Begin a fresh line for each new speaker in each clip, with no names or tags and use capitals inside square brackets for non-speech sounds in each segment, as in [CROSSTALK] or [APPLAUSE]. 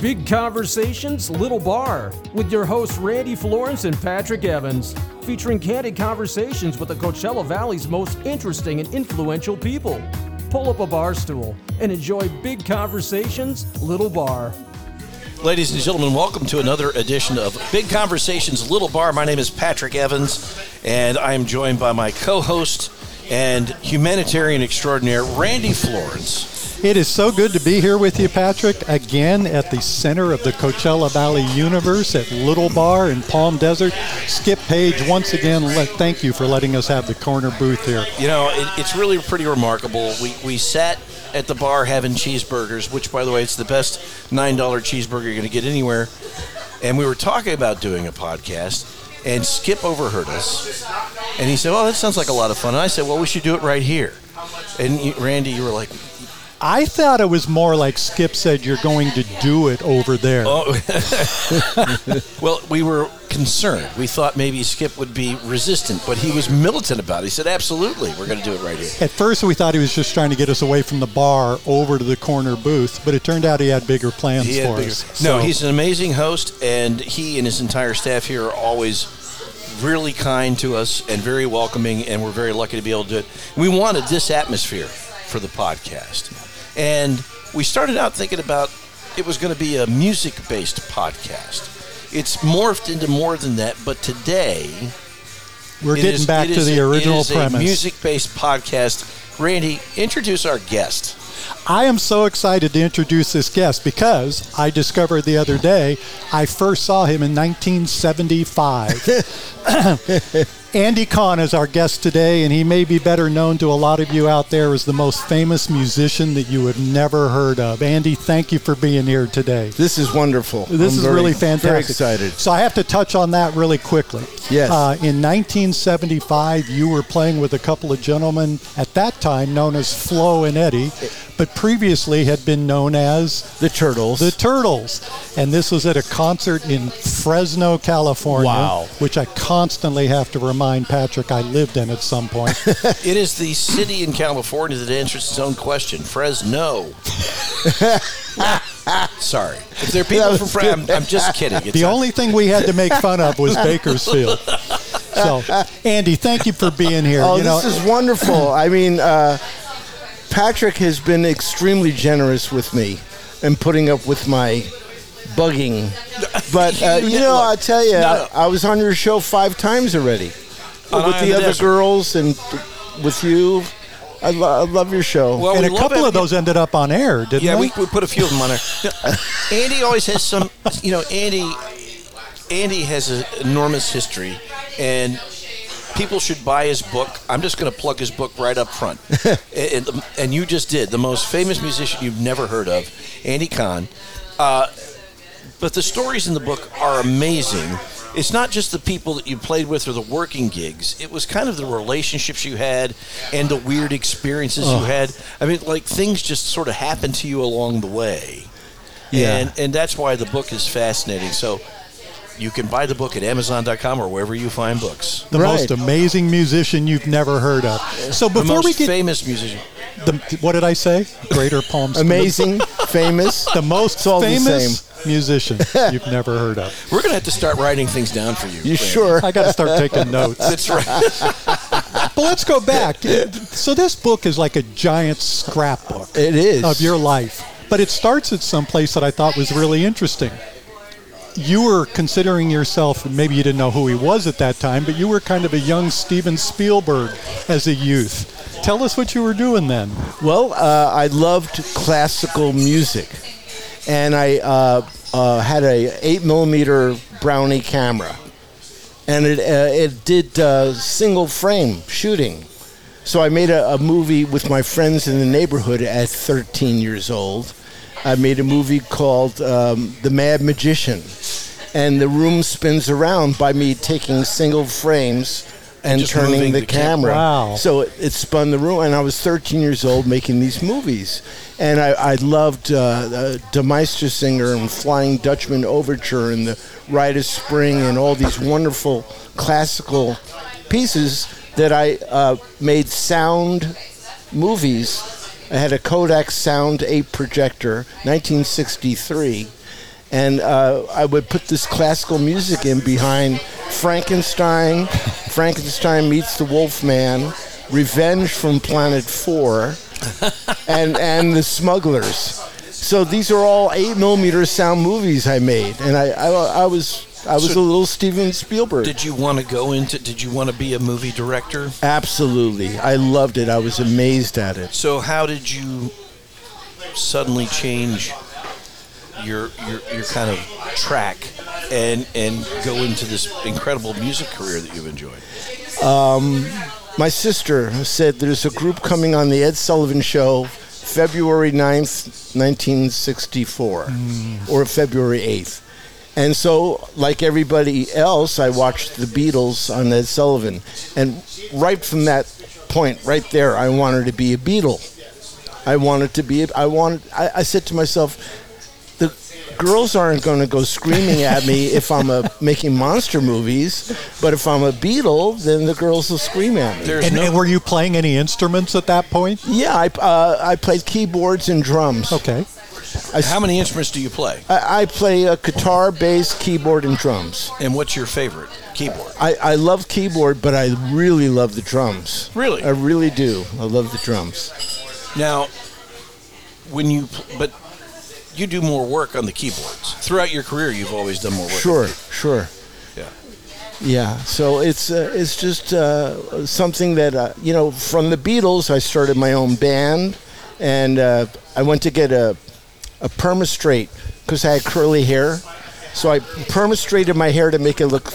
Big Conversations, Little Bar, with your hosts Randy Florence and Patrick Evans, featuring candid conversations with the Coachella Valley's most interesting and influential people. Pull up a bar stool and enjoy Big Conversations, Little Bar.
Ladies and gentlemen, welcome to another edition of Big Conversations Little Bar. My name is Patrick Evans, and I am joined by my co host and humanitarian extraordinaire, Randy Florence.
It is so good to be here with you, Patrick, again at the center of the Coachella Valley universe at Little Bar in Palm Desert. Skip Page, once again, let, thank you for letting us have the corner booth here.
You know, it, it's really pretty remarkable. We, we sat at the bar having cheeseburgers, which, by the way, it's the best $9 cheeseburger you're going to get anywhere. And we were talking about doing a podcast. And Skip overheard us, and he said, "Well, that sounds like a lot of fun." And I said, "Well, we should do it right here." And you, Randy, you were like,
I thought it was more like Skip said, you're going to do it over there.
Oh. Well, we were concerned. We thought maybe Skip would be resistant, but he was militant about it. He said, "Absolutely, we're going to do it
[LAUGHS]
right here."
At first, we thought he was just trying to get us away from the bar over to the corner booth, but it turned out he had bigger plans
He had
for
bigger-
us.
No,
So-
he's an amazing host, and he and his entire staff here are always really kind to us and very welcoming, and we're very lucky to be able to do it. We wanted this atmosphere for the podcast, and we started out thinking about it was going to be a music-based podcast. It's morphed into more than that, but today
we're
It
getting
is-
back
it
to
is
the
a-
original
it is
premise.
A music-based podcast. Randy, introduce our
[LAUGHS]
guest.
I am so excited to introduce this guest because I discovered the other day I first saw him in 1975. Andy Kahn is our guest today, and he may be better known to a lot of you out there as the most famous musician that you have never heard of. Andy, thank you for being here today.
This is wonderful.
This
I'm
is
very-
really fantastic.
Very excited.
So I have to touch on that really quickly.
Yes.
Uh, in 1975, you were playing with a couple of gentlemen at that time known as Flo and Eddie, but previously had been known as
The Turtles.
the Turtles. And this was at a concert in Fresno, California,
Wow.
which I constantly have to remind Patrick I lived in at some point.
[LAUGHS]
It is the city in California that answers its own question.
[LAUGHS]
Fresno. Sorry. If there are people
That
from
was
Fresno, I'm, I'm just kidding. It's
The
not-
only thing we had to make fun of was Bakersfield. So, Andy, thank you for being here.
oh,
you know,
this is wonderful. I mean, uh, Patrick has been extremely generous with me and putting up with my bugging. But uh, you know, I tell you,
No, no.
I, I was on your show five times already
On Eye
with
of
the
the
other
Desert.
girls and with you. I, lo- I love your show.
Well,
and
we
a
love
couple of
having-
those ended up on air, didn't
Yeah,
they?
we, we put a few of them on there. No, [LAUGHS] Andy always has some, you know, Andy Andy has an enormous history, and people should buy his book. I'm just going to plug his book right up front. and, and- and you just did. The most famous musician you've never heard of, Andy Kahn. But the stories in the book are amazing. It's not just the people that you played with or the working gigs. It was kind of the relationships you had and the weird experiences you had. I mean, like things just sort of happened to you along the way.
Yeah.
And and that's why the book is fascinating. So you can buy the book at amazon.com or wherever you find books.
the
Right.
most amazing musician you've never heard of. So
The
before
most
we get,
famous musician.
the, what did I say? Greater [LAUGHS] Palm. Springs.
Amazing, famous.
The most
It's all the
famous musician you've never heard
[LAUGHS]
of.
We're going to have to start writing things down for you. Randy.
You sure?
I got to start taking notes.
That's right.
[LAUGHS] But let's go back.
[LAUGHS]
So this book is like a giant scrapbook.
It is.
of your life. But it starts at some place that I thought was really interesting. You were considering yourself, maybe you didn't know who he was at that time, but you were kind of a young Steven Spielberg as a youth. Tell us what you were doing then.
Well, uh, I loved classical music, and I uh, uh, had a eight millimeter Brownie camera, and it uh, it did uh, single frame shooting. So I made a, a movie with my friends in the neighborhood at 13 years old. I made a movie called um, The Mad Magician, and the room spins around by me taking single frames and
Just moving
turning the,
the cam-
camera.
Wow.
So it, it spun the room, and I was 13 years old making these movies, and I, I loved uh, uh, De Meister Singer and Flying Dutchman Overture and the Rite of Spring and all these wonderful classical pieces that I uh, made sound movies. I had a Kodak Sound 8 projector, 1963, and uh, I would put this classical music in behind Frankenstein, Frankenstein meets the Wolfman, Revenge from Planet Four, and and the Smugglers. So these are all eight millimeter sound movies I made, and I I, I was. I was
So-
a little Steven Spielberg.
Did you want to go into? Did you want to be a movie director?
Absolutely. I loved it. I was amazed at it.
So how did you suddenly change your your, your kind of track and and go into this incredible music career that you've enjoyed?
My sister said there's a group coming on the Ed Sullivan show February 9th, 1964, or February 8th. And so, like everybody else, I watched the Beatles on Ed Sullivan. And right from that point, right there, I wanted to be a Beatle. I wanted to be. I wanted. I, I said to myself, the girls aren't going to go screaming at me if I'm a, making monster movies, but if I'm a Beatle, then the girls will scream at me.
There's
And,
no
and were you playing any instruments at that point?
yeah, I uh, I played keyboards and drums.
Okay.
how many instruments do you play?
I, I play a guitar, bass, keyboard, and drums.
And what's your favorite keyboard?
I, I love keyboard, but I really love the drums.
Really?
I really do. I love the drums.
Now, when you pl- but you do more work on the keyboards throughout your career. You've always done more work.
Sure, sure.
Yeah.
Yeah, so it's uh, it's just uh, something that uh, you know from the Beatles. I started my own band, and uh, I went to get a a perma because I had curly hair. So I perma my hair to make it look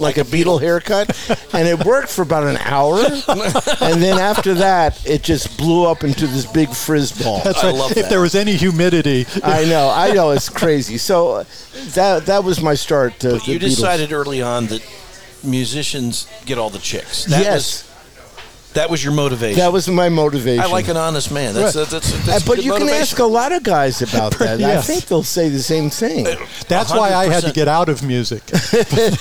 like, a beetle haircut, and it worked for about an hour. and then after that, it just blew up into this big frizz ball.
That's
I
right.
love
if
that.
there was any humidity,
I know, I know, it's crazy. So uh, that that was my start. To
But
the
you
Beatles.
decided early on that musicians get all the chicks. That
yes.
was that was your motivation.
That was my motivation.
I like an honest man. That's
Right.
that's, that's,
Uh, but
good
you can
motivation.
ask a lot of guys about that. I
Yes.
think they'll say the same thing.
that's why I had to
100%.
get out of
[LAUGHS]
music.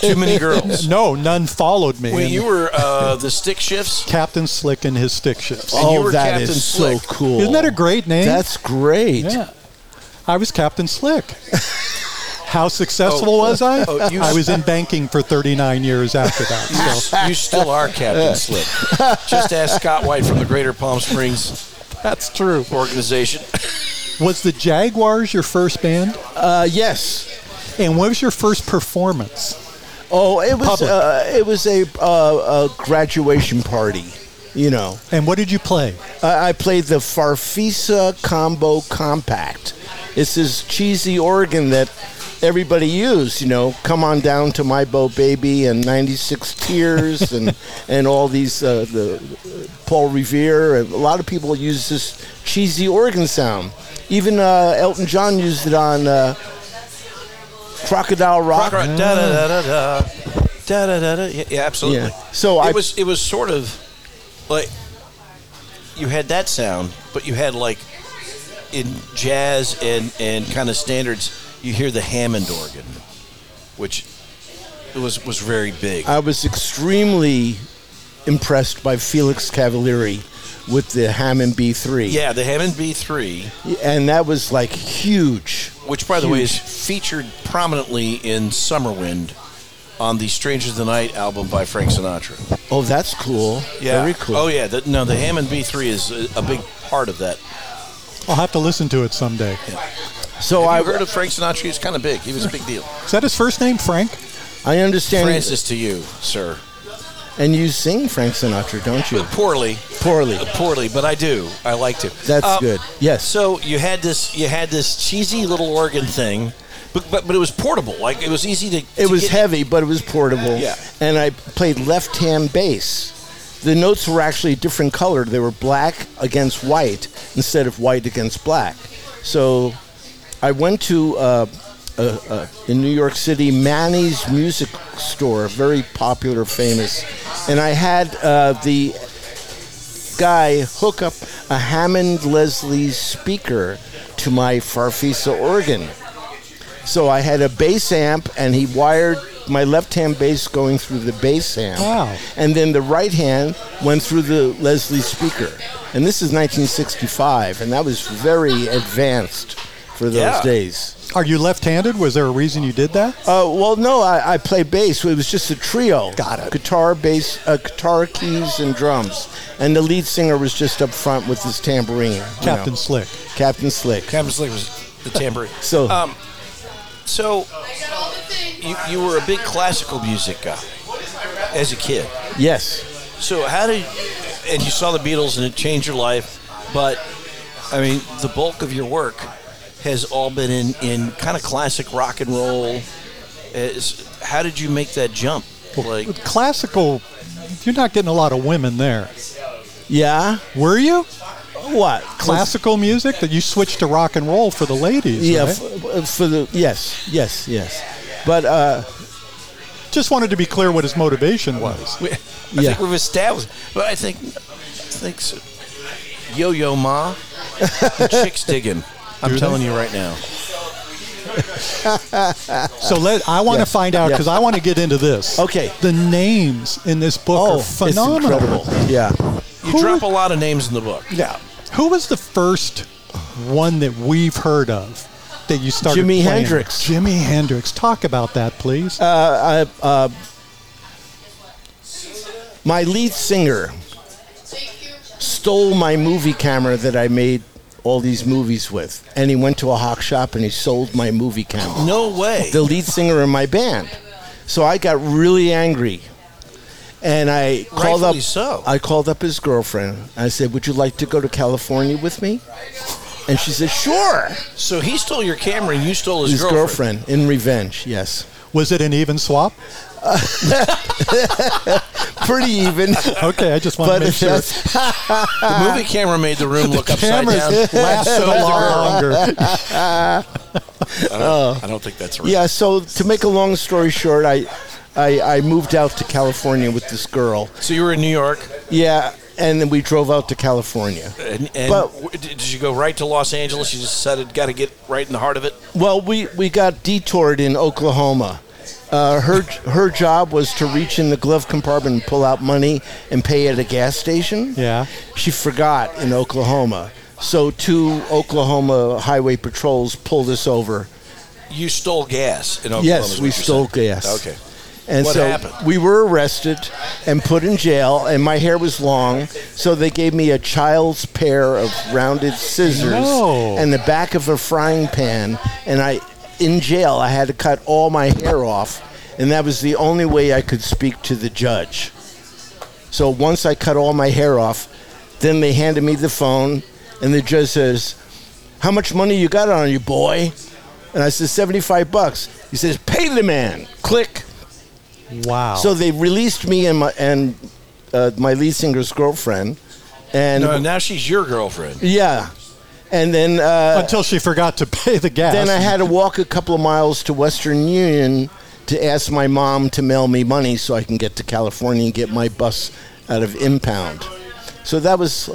too many girls.
no, none followed me.
[LAUGHS] When
And
you were uh, the stick shifts,
Captain Slick and his stick shifts.
And you
oh,
were
that
Captain
is
Slick.
so cool.
Isn't that a great name?
That's great.
yeah. I was Captain Slick.
[LAUGHS]
How successful was I?
Oh, you-
I was in banking for 39 years after that.
you, you still are Captain Slick. Just ask Scott White from the Greater Palm Springs
That's true.
organization.
[LAUGHS]
Was the Jaguars your first band?
Uh, yes.
And what was your first performance?
Oh, it was
Public.
uh, it was a, uh, a graduation party. You know,
And what did you play?
I, I played the Farfisa Combo Compact. It's this cheesy organ that everybody used. You know, come on down to my bow baby and '96 Tears and and all these uh, the Paul Revere. and A lot of people use this cheesy organ sound. Even uh, Elton John used it on uh, Crocodile Rock.
Rock, rock, da, da, da, da, da. Da, da, da, da. Yeah, yeah, absolutely.
Yeah. So
it
I-
was it was sort of like you had that sound, but you had like in jazz and and kind of standards, you hear the Hammond organ, which was was very big.
I was extremely impressed by Felix Cavalieri with the Hammond B3.
yeah, the Hammond B3,
and that was like huge.
which by the way is featured prominently in Summerwind on the Stranger Than Night album by Frank Sinatra.
Oh, that's cool.
Yeah.
very cool.
Oh yeah. The, no, the Hammond B3 is a, a big part of that.
I'll have to listen to it someday.
So
Have
I,
you heard of Frank Sinatra? He was kind of big. He was a
[LAUGHS]
big deal.
Is that his first name, Frank?
I understand.
Francis to you, sir.
And you sing Frank Sinatra, don't you?
But poorly,
Poorly.
Uh, poorly, but I do. I like to.
That's
Uh,
good. Yes.
So you had this, you had this cheesy little organ thing, but but, but it was portable. Like it was easy to.
It
to
was
get-
heavy, but it was portable.
Yeah.
And I played left hand bass. The notes were actually a different color. They were black against white instead of white against black. So I went to, uh, uh, uh, in New York City, Manny's Music Store, very popular, famous. And I had uh, the guy hook up a Hammond Leslie speaker to my Farfisa organ. So I had a bass amp, and he wired my left hand bass going through the bass amp.
Wow.
And then the right hand went through the Leslie speaker. And this is 1965, and that was very advanced for those
Yeah.
days.
Are you left-handed? Was there a reason you did that?
Uh, well, no, I, I play bass. It was just a trio.
Got it.
Guitar, bass, uh, guitar, keys, and drums. And the lead singer was just up front with his tambourine. you
Captain
know.
Slick.
Captain Slick.
Captain Slick was the tambourine.
[LAUGHS] So-
um, so you, you were a big classical music guy as a kid.
Yes.
So how did and you saw the Beatles and it changed your life, but I mean the bulk of your work has all been in in kind of classic rock and roll. Is how did you make that jump? Like
With classical, you're not getting a lot of women there.
Yeah.
Were you?
What?
Classical music that you switched to rock and roll for the ladies.
Yeah.
right?
f- uh, for the yes, yes, yes. But uh,
Just wanted to be clear what his motivation was.
we, I
Yeah.
think we've established, but I think I think so. Yo Yo Ma,
[LAUGHS]
the chicks dig him. I'm
Do they?
telling you right now.
So let I want
Uh, Yeah.
to find out
Yeah.
because I want to get into this.
Okay.
The names in this book
oh,
are
it's
phenomenal.
incredible. Yeah.
You
Who-
drop a lot of names in the book.
Yeah. Who was the first one that we've heard of that you started?
Jimi
playing?
Hendrix.
Jimi Hendrix. Talk about that, please.
Uh, I, uh, my lead singer stole my movie camera that I made all these movies with, and he went to a hawk shop and he sold my movie camera.
No way.
the lead singer in my band. So I got really angry. And I called
Rightfully
up
so.
I called up his girlfriend. I said, "Would you like to go to California with me?" And she said, "Sure."
So he stole your camera and you stole his,
His girlfriend. in revenge. Yes.
was it an even swap?
Pretty even.
Okay, I just want
but
to make sure.
The movie camera made the room look upside
cameras
[LAUGHS]
down.
[LAUGHS] lasted
So did
a
the girl.
lot longer.
I don't, I don't think that's right.
Uh-huh. yeah, so to make a long story short, I I, I moved out to California with this girl.
So you were in New York,
Yeah, and then we drove out to California.
and, and
But-
w- did did you go right to Los Angeles? You just decided got to get right in the heart of it.
Well, we, we got detoured in Oklahoma. Uh, her her job was to reach in the glove compartment and pull out money and pay at a gas station.
Yeah.
She forgot in Oklahoma. So two Oklahoma highway patrols pulled us over.
You stole gas in Oklahoma. is
yes,
what
we
you're
stole
saying.
gas.
Okay.
And
What
so
happened?
we were arrested and put in jail and my hair was long, so they gave me a child's pair of rounded scissors
No.
and the back of a frying pan and I in jail I had to cut all my hair off and that was the only way I could speak to the judge. So once I cut all my hair off, then they handed me the phone, and the judge says, "How much money you got on you, boy?" And I said, 75 bucks. He says, pay the man. Click.
Wow.
So they released me and my, and, uh, my lead singer's girlfriend. And
No, now she's your girlfriend.
yeah. And then uh,
until she forgot to pay the gas.
then I had to walk a couple of miles to Western Union to ask my mom to mail me money so I can get to California and get my bus out of impound. So that was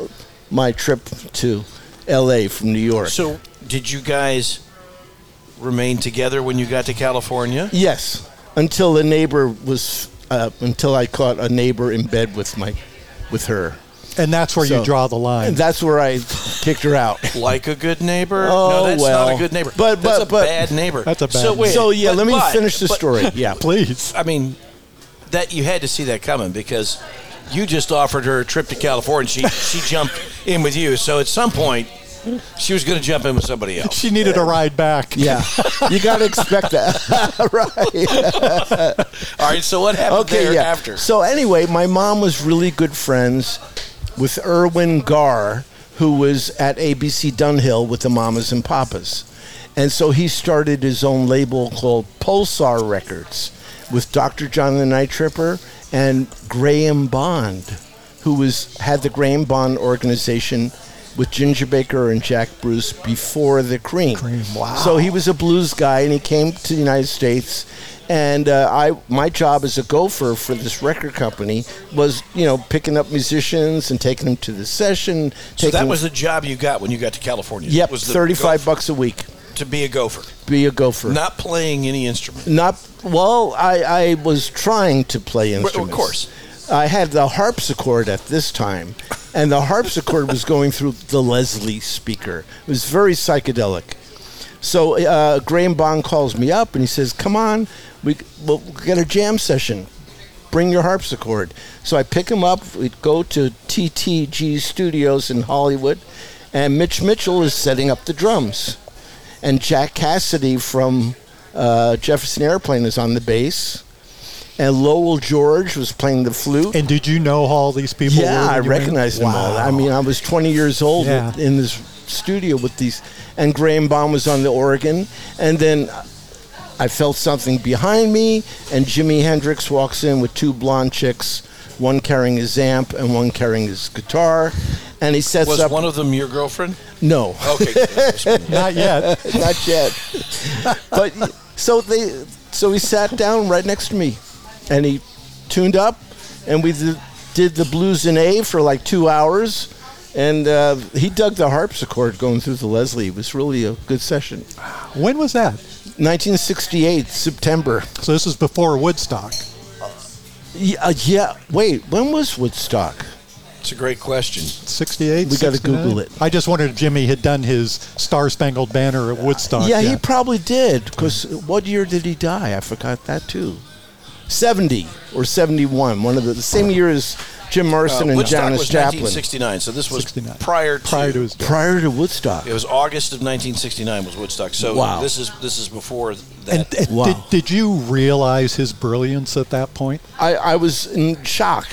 my trip to L.A. from New York.
So did you guys remain together when you got to California?
yes, until a neighbor was uh, until I caught a neighbor in bed with my with her.
and that's where
So-
you draw the line.
And that's where I kicked her out.
Like a good neighbor?
Oh,
no, that's not
well.
a good neighbor.
But-
that's
but-
a
but-
bad neighbor.
That's a bad
So, wait,
neighbor.
So yeah,
but-
let me
but-
finish the
but-
story. Yeah,
Please.
I mean, that you had to see that coming because you just offered her a trip to California. She
[LAUGHS]
she jumped in with you. So at some point, she was going to jump in with somebody else.
She needed a ride back.
yeah, you got to expect that, [LAUGHS] right? [LAUGHS]
All right. So what happened
Okay, yeah.
thereafter?
So anyway, my mom was really good friends with Erwin Garr, who was at ABC Dunhill with the Mamas and Papas. And so he started his own label called Pulsar Records with Dr. John the Night Tripper and Graham Bond, who was had the Graham Bond organization with Ginger Baker and Jack Bruce before the Cream.
Cream, wow.
So he was a blues guy, and he came to the United States. And uh, I, my job as a gopher for this record company was, you know, picking up musicians and taking them to the session.
So
taking,
that was the job you got when you got to California.
yep,
was the
thirty-five bucks a week.
gopher- to be a gopher,
Be a gopher.
not playing any instrument.
Not well. I, I was trying to play instruments.
course.
I had the harpsichord at this time, and the harpsichord was going through the Leslie speaker. It was very psychedelic. So uh, Graham Bond calls me up and he says, "Come on, we we'll get a jam session. Bring your harpsichord." So I pick him up. We go to TTG Studios in Hollywood, and Mitch Mitchell is setting up the drums, and Jack Cassidy from uh, Jefferson Airplane is on the bass, and Lowell George was playing the flute.
And did you know how all these people? were
Yeah,
when
I
you were in-
recognized them all.
Wow.
I mean, I was 20 years old
Yeah.
with- in this studio with these, and Graham Baum was on the organ, and then I felt something behind me, and Jimi Hendrix walks in with two blonde chicks, one carrying his amp and one carrying his guitar, and he sets
Was
up.
one of them your
[LAUGHS]
girlfriend?
no,
Okay.
not yet.
[LAUGHS] not yet. but so they, so he sat down right next to me, and he tuned up, and we did, did the blues in A for like two hours, and uh, he dug the harpsichord going through the Leslie. It was really a good session.
When was that?
1968 September.
So this is before Woodstock.
Yeah, uh, yeah. Wait, when was Woodstock?
it's a great question.
68.
We gotta
69?
Google it.
I just wondered if Jimmy had done his Star Spangled Banner at Woodstock.
yeah, he
yet.
probably did. Because what year did he die? I forgot that too. 70 or 71, one of the, the same year as Jim
Uh,
Morrison and
Woodstock
Janis
was
Joplin.
1969, so this was
69.
prior to.
prior to his death.
Prior to Woodstock.
it was August of 1969 was Woodstock. So
Wow.
this is this is before that.
And, and
Wow.
did, did you realize his brilliance at that point?
I, I was in shock.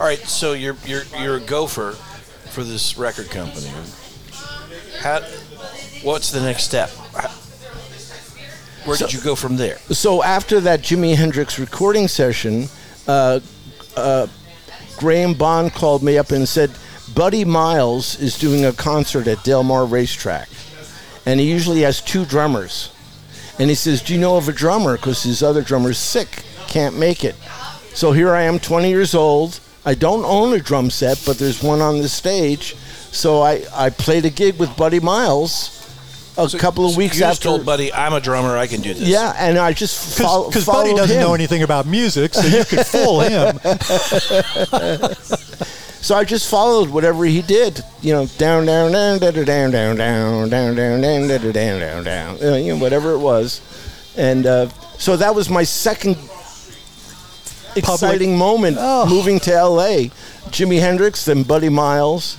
All right, so you're you're you're a gopher for this record company. How, what's the next step? How- Where did you go from there?
So after that Jimi Hendrix recording session, uh, uh, Graham Bond called me up and said, Buddy Miles is doing a concert at Del Mar Racetrack. And he usually has two drummers. And he says, Do you know of a drummer? Because his other drummer's sick, can't make it. So here I am, 20 years old. I don't own a drum set, but there's one on the stage. So I, I played a gig with Buddy Miles a couple of
So
weeks
you just
after.
told Buddy, I'm a drummer. I can do this.
Yeah, and I just follow,
Because
followed
Buddy doesn't
him.
know anything about music, so you could
[LAUGHS]
fool him.
So I just followed whatever he did. You know, down, down, down, da, da, down, down, down, down, down, down, da, da, down, down, down. uh, You know, whatever it was, and uh, so that was my second exciting moment
Oh.
moving to L.A. Jimi Hendrix, then Buddy Miles,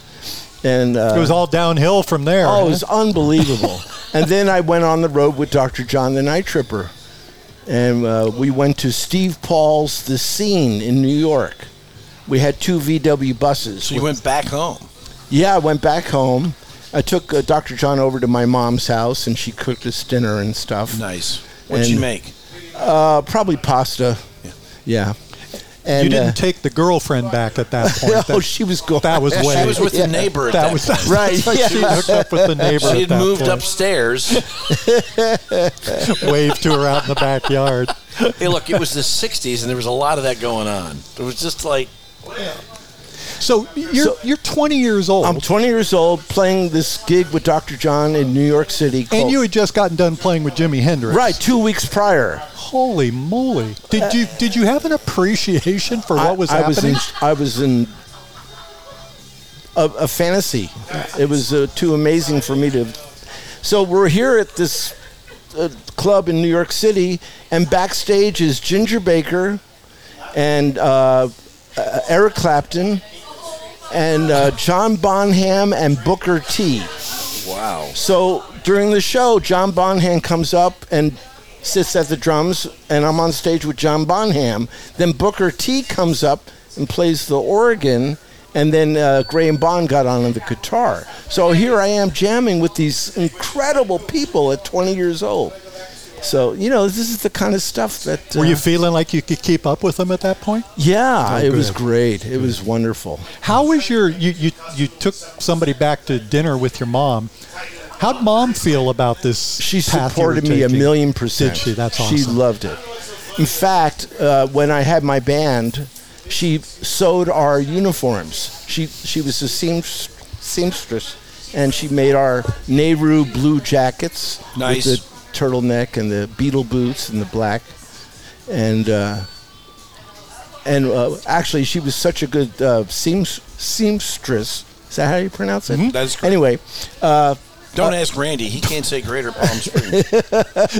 and uh,
It was all downhill from there.
Oh, it
huh?
was unbelievable. and then I went on the road with Dr. John the Night Tripper. And uh, we went to Steve Paul's The Scene in New York. We had two VW buses.
So you went back home.
yeah, I went back home. I took uh, Dr. John over to my mom's house and she cooked us dinner and stuff.
Nice. What'd you
And-
make?
Uh, probably pasta. Yeah. And,
you didn't
uh,
take the girlfriend back at
[LAUGHS]
that point.
Oh,
That-
she was gone.
That was way.
She was with
Yeah.
the neighbor. At that,
that was
[LAUGHS]
point.
Right,
She
yeah.
hooked up with the neighbor.
She
at
had
that
moved
point.
upstairs.
[LAUGHS] Waved to her out in the backyard.
hey, look, it was the '60s, and there was a lot of that going on. It was just like
So you're you're 20 years old,
I'm 20 years old playing this gig with Dr. John in New York City.
and
called-
you had just gotten done playing with Jimi Hendrix.
Right, two weeks prior.
Holy moly! Did you did you have an appreciation for what was happening?
Was in, I was in a, a fantasy. It was uh, too amazing for me to. So we're here at this uh, club in New York City, and backstage is Ginger Baker and uh, uh, Eric Clapton and uh, John Bonham and Booker T.
wow.
So during the show, John Bonham comes up and sits at the drums, and I'm on stage with John Bonham. Then Booker T comes up and plays the organ, and then uh, Graham Bond got on the guitar. So here I am jamming with these incredible people at 20 years old. So you know, this is the kind of stuff that.
Were
uh,
you feeling like you could keep up with them at that point?
yeah,
Oh,
it was
good.
great. It was wonderful.
How was your you, you you took somebody back to dinner with your mom? How'd mom feel about this?
She
path you were
supported me a
taking?
million percent.
Did she? That's
She
awesome.
loved it. In fact, uh, when I had my band, she sewed our uniforms. She she was a seamst- seamstress, and she made our Nehru blue jackets
Nice.
with the turtleneck and the beetle boots and the black, and uh, and uh, actually, she was such a good uh, seams- seamstress. Is that how you pronounce it?
That is correct.
Anyway, uh,
Don't ask Randy. He can't say Greater Palm [LAUGHS] Springs.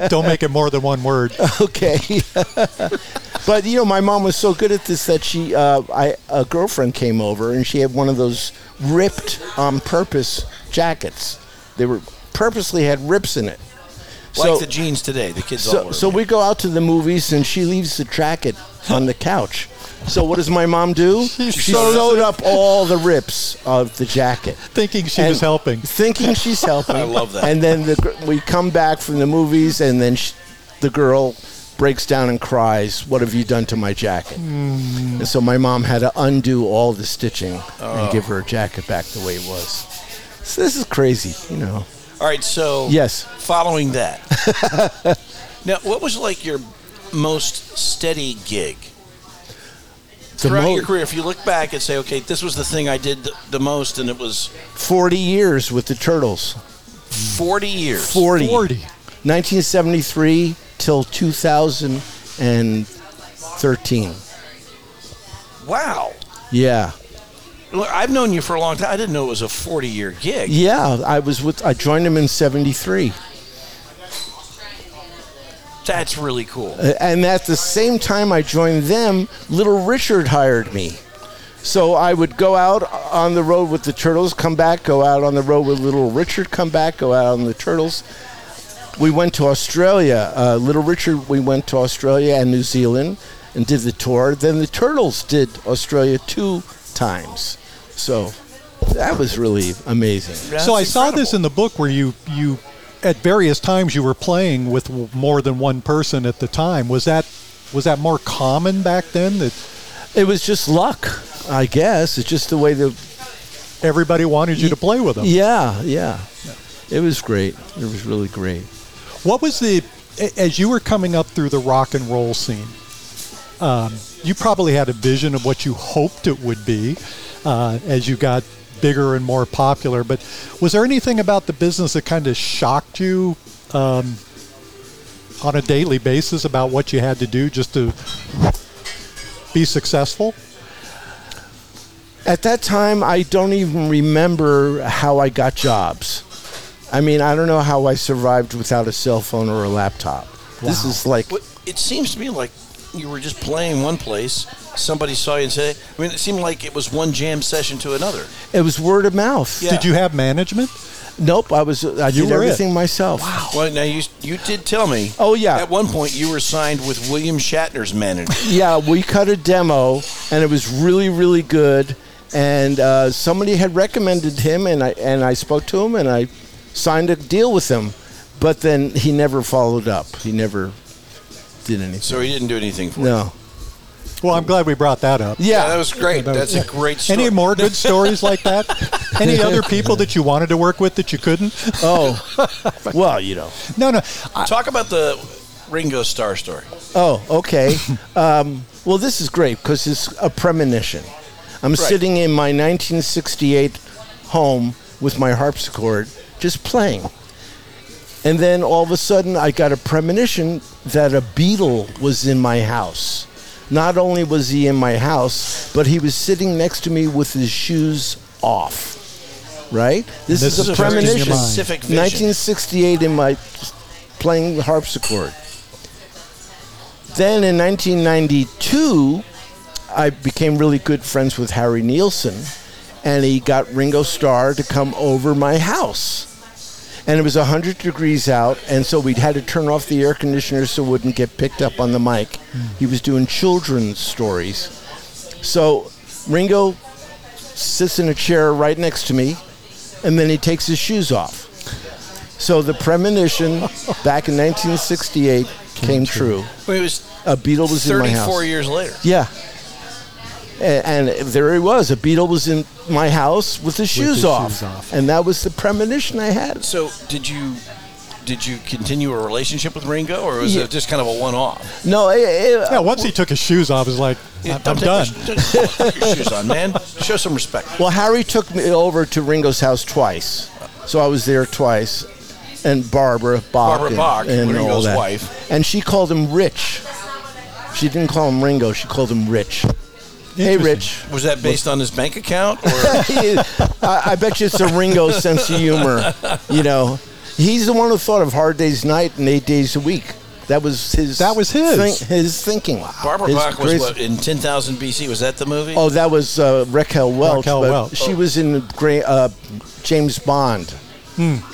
Don't make it more than one
[LAUGHS]
word.
okay. but you know, my mom was so good at this that she, uh, I, a girlfriend came over and she had one of those ripped on purpose jackets. They were purposely had rips in it.
Like
so,
the jeans today. The kids all
so,
wear
so
them.
we go out to the movies and she leaves the jacket on the couch. So what does my
[LAUGHS]
mom do? She,
sews
sewed up all the rips of the jacket
Thinking she
and
was helping. [LAUGHS]
Thinking she's helping.
I love that.
And then the, gr- we come back from the movies, and then sh the girl breaks down and cries, What have you done to my jacket?
Hmm.
And so my mom had to undo all the stitching
Oh.
and give her a jacket back the way it was. So this is crazy, you know.
All right, so
Yes.
following that. [LAUGHS] now, what was like your most steady gig
The
throughout
mo-
your career? If you look back and say, okay, this was the thing I did the, the most, and it was
40 years with the Turtles.
40 years.
40.
40.
1973 till 2013.
Wow.
Yeah.
Look, I've known you for a long time. I didn't know it was a 40 year gig.
Yeah, I was with I joined him in 73.
That's really cool.
Uh, and at the same time I joined them, Little Richard hired me. So I would go out on the road with the Turtles, come back, go out on the road with Little Richard, come back, go out on the Turtles. We went to Australia. Uh, Little Richard, we went to Australia and New Zealand and did the tour. Then the Turtles did Australia two times. So that was really amazing.
That's
so I saw this
incredible.
in the book where you you at various times you were playing with w- more than one person at the time. Was that was that more common back then that
It was just luck, I guess. It's just the way the
everybody wanted you to play with them?
Yeah, yeah. It was great. It was really great.
What was the a- as you were coming up through the rock and roll scene? Um, you probably had a vision of what you hoped it would be uh, as you got bigger and more popular. But was there anything about the business that kind of shocked you um, on a daily basis about what you had to do just to be successful?
At that time, I don't even remember how I got jobs. I mean, I don't know how I survived without a cell phone or a laptop. This is like,
But it seems to me like you were just playing one place. Somebody saw you and said, I mean, it seemed like it was one jam session to another.
it was word of mouth.
Yeah.
Did you have management?
Nope, I was, I
You
did
were it.
everything myself.
Well, now you you did tell me.
Oh, yeah.
At one point, you were signed with William Shatner's
[LAUGHS]
manager.
Yeah, we cut a demo, and it was really, really good. And uh, somebody had recommended him, and I and I spoke to him, and I signed a deal with him. But then he never followed up. He never did anything.
So he didn't do anything for you.
no.
Well, I'm glad we brought that up.
Yeah.
that was great.
That was-
That's a great story.
Any more good stories like that? Any other people that you wanted to work with that you couldn't? Uh,
Oh, well, you know.
No, no. I-
Talk about the Ringo Starr story.
Oh, okay. um, well, this is great because it's a premonition. I'm sitting in my 1968 home with my harpsichord, just playing. And then all of a sudden, I got a premonition that a beetle was in my house. Not only was he in my house, but he was sitting next to me with his shoes off. Right? This,
This
is,
is
a
a very
premonition.
specific vision.
1968 in my playing the harpsichord. Then in 1992, I became really good friends with Harry Nielsen, and he got Ringo Starr to come over my house. And it was 100 degrees out, and so we'd had to turn off the air conditioner so it wouldn't get picked up on the mic. He was doing children's stories. So Ringo sits in a chair right next to me, and then he takes his shoes off. So the premonition back in 1968 came true.
Well, it was
A beetle was in my house.
34 years later.
Yeah. A- And, there he was. A beetle was in my house with his, shoes,
his
off.
shoes off.
And that was the premonition I had.
So did you did you continue a relationship with Ringo, or was
Yeah.
it just kind of a one off?
No, eh, it, it-
Yeah, once he took his shoes off, he's like, I'm, I'm done.
Your, put your shoes on, man. Show some respect.
well, Harry took me over to Ringo's house twice. So I was there twice. And Barbara Bach.
Barbara
and,
Bach,
and all
Ringo's
that.
wife.
And she called him Rich. She didn't call him Ringo, she called him Rich. Hey,
Interesting.
Rich.
Was that based on his bank account? Or
[LAUGHS] I, I bet you it's a Ringo sense of humor. You know, he's the one who thought of Hard Day's Night and Eight Days a Week. That was his.
That was his.
his thinking.
Barbara
His
Bach was
great-
what, in 10,000 BC? Was that the movie?
Oh, that was uh, Raquel Welch.
Raquel
but
Welch.
She was in Gra- uh, James Bond.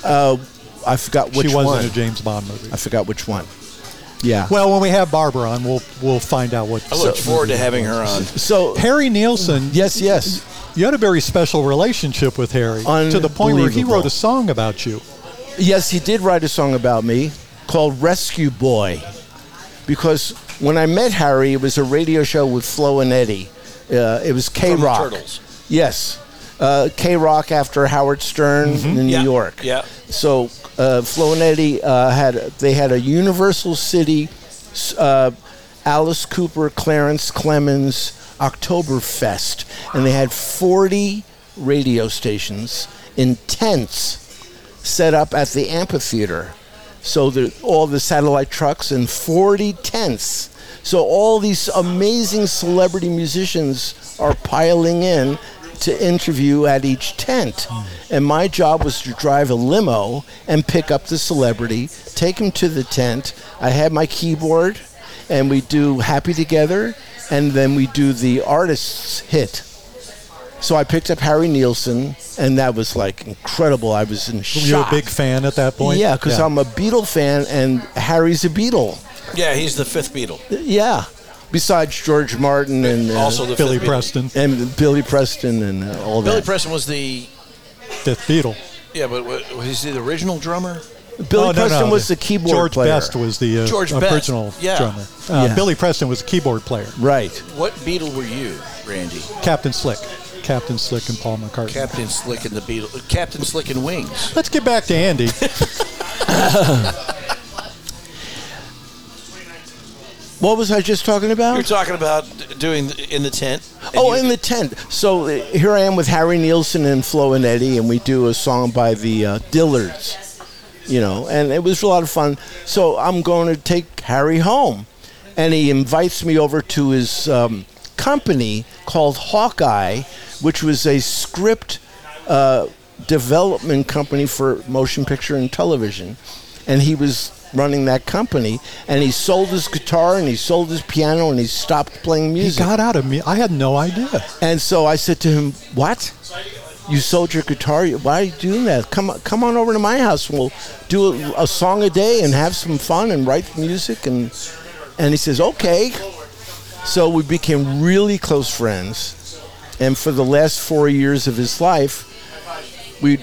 Uh, I forgot which
Hmm. she was
one.
in a James Bond movie.
I forgot which one. Yeah.
Well, when we have Barbara on, we'll we'll find out what.
I look forward to having her
[LAUGHS]
on.
so
Harry Nielsen.
yes, yes.
You had a very special relationship with Harry to the point where he
Unbelievable.
wrote a song about you.
Yes, he did write a song about me called Rescue Boy. Because when I met Harry, it was a radio show with Flo and Eddie. Uh, it was K
From the
Rock.
Turtles.
Yes. Uh, K Rock after Howard Stern in
Mm-hmm. Yeah,
New York.
yeah.
So uh, Flo and Eddie uh, had they had a Universal City, s- uh, Alice Cooper, Clarence Clemens Oktoberfest, and they had forty radio stations in tents set up at the amphitheater. So the, all the satellite trucks and 40 tents. So all these amazing celebrity musicians are piling in to interview at each tent. And my job was to drive a limo and pick up the celebrity, take him to the tent. I had my keyboard and we do Happy Together and then we do the artist's hit. So I picked up Harry Nielsen, and that was like incredible. I was in shock.
You're a big fan at that point.
Yeah, because I'm a Beatle fan, and Harry's a Beatle.
Yeah, he's the fifth Beatle.
Yeah, besides George Martin and uh,
Also the
Billy
fifth Beatle.
Preston,
and Billy Preston and uh, all
Billy
that.
Preston was the
fifth Beatle.
yeah, but wa- was he the original drummer?
Billy
Oh, no, no,
Preston was the keyboard
George
player.
Best was the uh,
George Best,
original
yeah.
drummer. Uh,
Yeah.
Billy Preston was a keyboard player.
right.
What Beatle were you, Randy?
Captain Slick, Captain Slick, and Paul McCartney.
Captain Slick and the Beatle. Captain Slick and Wings.
Let's get back to Andy.
What was I just talking
You're
about?
talking about d- doing th- in the tent. and
Oh,
you-
in the tent. So uh, here I am with Harry Nielsen and Flo and Eddie, and we do a song by the uh, Dillards, you know, and it was a lot of fun. So I'm going to take Harry home, and he invites me over to his um, company called Hawkeye, which was a script uh, development company for motion picture and television, and he was running that company and he sold his guitar and he sold his piano and he stopped playing
he
music
got out of me. I had no idea.
and so I said to him, "What? You sold your guitar? Why are you doing that? Come, on- come on over to my house. We'll do a, a song a day and have some fun and write music." And and he says, "Okay." So we became really close friends, and for the last four years of his life, we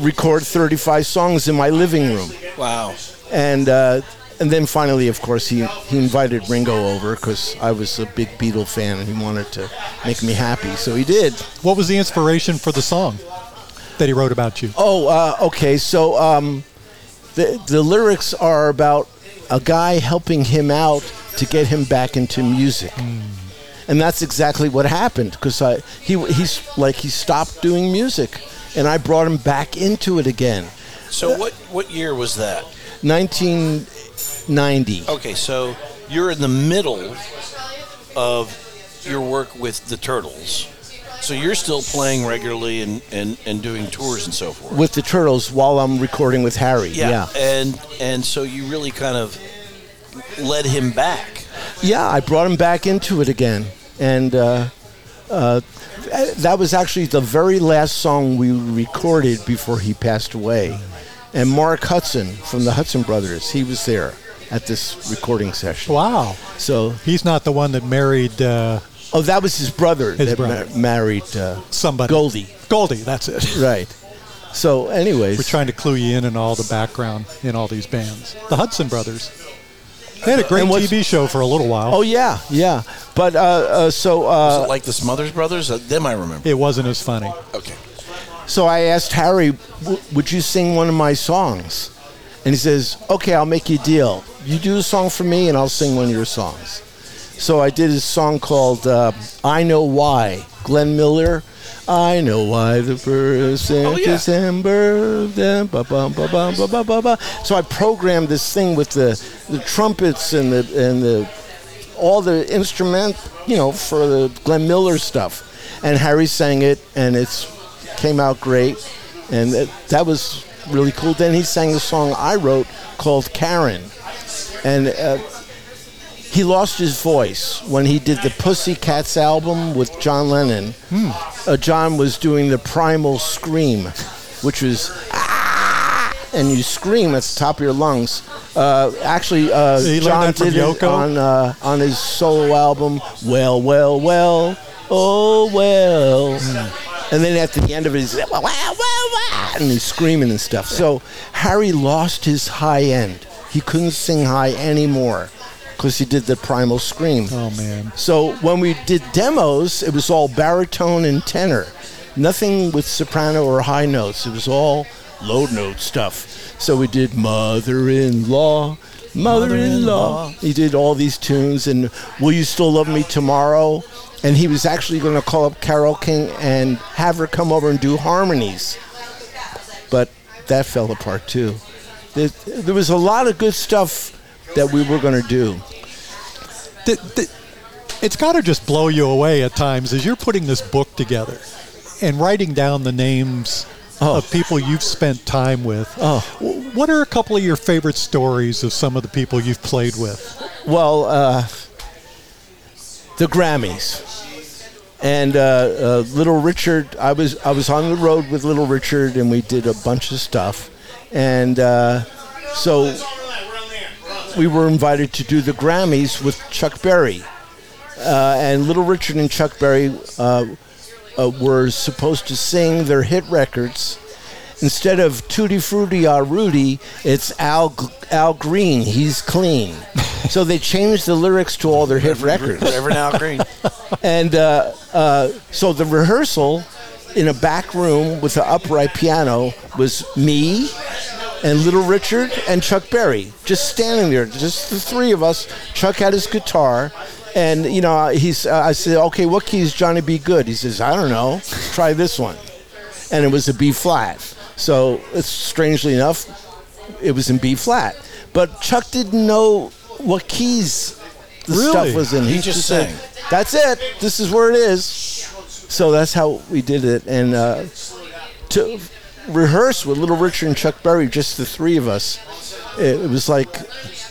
record 35 songs in my living room
wow.
and uh, and then finally, of course, he, he invited Ringo over because I was a big Beatle fan and he wanted to make me happy, so he did.
What was the inspiration for the song that he wrote about you?
Oh, uh, okay. So um, the the lyrics are about a guy helping him out to get him back into music, and that's exactly what happened because I he he's like he stopped doing music, and I brought him back into it again.
So what what year was that?
1990.
Okay, so you're in the middle of your work with the Turtles. So you're still playing regularly and, and, and doing tours and so forth.
With the turtles, while I'm recording with Harry, yeah.
And and so you really kind of led him back.
Yeah, I brought him back into it again, and uh, uh, th- that was actually the very last song we recorded before he passed away. And Mark Hudson from the Hudson Brothers, he was there at this recording session.
Wow.
So,
He's not the one that married uh,
oh, that was his brother that
brother.
ma- married uh,
somebody.
Goldie,
Goldie, that's it.
right? So,
[LAUGHS]
anyways,
We're trying to clue you in on all the background in all these bands. The Hudson Brothers. They had a great
And what's-
TV show for a little while.
oh yeah, yeah. But uh, uh, so uh,
Was it like the Smothers Brothers? Uh, them I remember.
It wasn't as funny.
Okay.
So I asked Harry, w- would you sing one of my songs? And he says, okay, I'll make you a deal. You do a song for me and I'll sing one of your songs. So I did a song called uh, I Know Why, Glenn Miller. I know why the first in
Oh, yeah.
December. then ba- ba- ba- ba- ba- ba- ba- ba. So I programmed this thing with the, the trumpets and the, and the all the instrument, you know, for the Glenn Miller stuff. And Harry sang it, and it's came out great. And it, that was really cool. Then he sang the song I wrote called Karen. And uh, he lost his voice when he did the Pussycats album with John Lennon.
Hmm.
Uh, John was doing the primal scream, which was "Ah!" and you scream at the top of your lungs. Uh, actually, uh,
He learned
John
that from
did it
Yoko?
on uh, on his solo album. Well, well, well, oh well.
Hmm.
And then at the end of it, he's "Wow, wow, wow," and he's screaming and stuff. So Harry lost his high end. He couldn't sing high anymore because he did the primal scream.
Oh, man.
So when we did demos, it was all baritone and tenor, nothing with soprano or high notes. It was all low note stuff. So we did mother-in-law, mother-in-law. He did all these tunes and will you still love me tomorrow? And he was actually going to call up Carol King and have her come over and do harmonies but that fell apart too. There, there was a lot of good stuff that we were going to do.
Th- th- it's got to just blow you away at times as you're putting this book together and writing down the names of people you've spent time with.
Oh.
W- What are a couple of your favorite stories of some of the people you've played with?
Well, uh, the Grammys and uh, uh, Little Richard. I was I was on the road with Little Richard, and we did a bunch of stuff, and uh, so we were invited to do the Grammys with Chuck Berry, uh, and Little Richard and Chuck Berry uh, uh, were supposed to sing their hit records. Instead of Tutti Frutti Ah Rudy, it's Al Al Green. He's clean. so they changed the lyrics to all their hit records
Whatever now,
[LAUGHS]
Green.
and uh, uh, so the rehearsal in a back room with an upright piano was me and Little Richard and Chuck Berry just standing there, just the three of us. Chuck had his guitar. And you know, he's. Uh, I said, "Okay, what key is Johnny B. Good?" He says, "I don't know. Try this one," and it was a B flat. So, it's strangely enough, it was in B flat. But Chuck didn't know what keys the
Really?
stuff was in.
He just sang.
That's it. This is where it is. So that's how we did it. And uh, to rehearse with Little Richard and Chuck Berry, just the three of us, it, it was like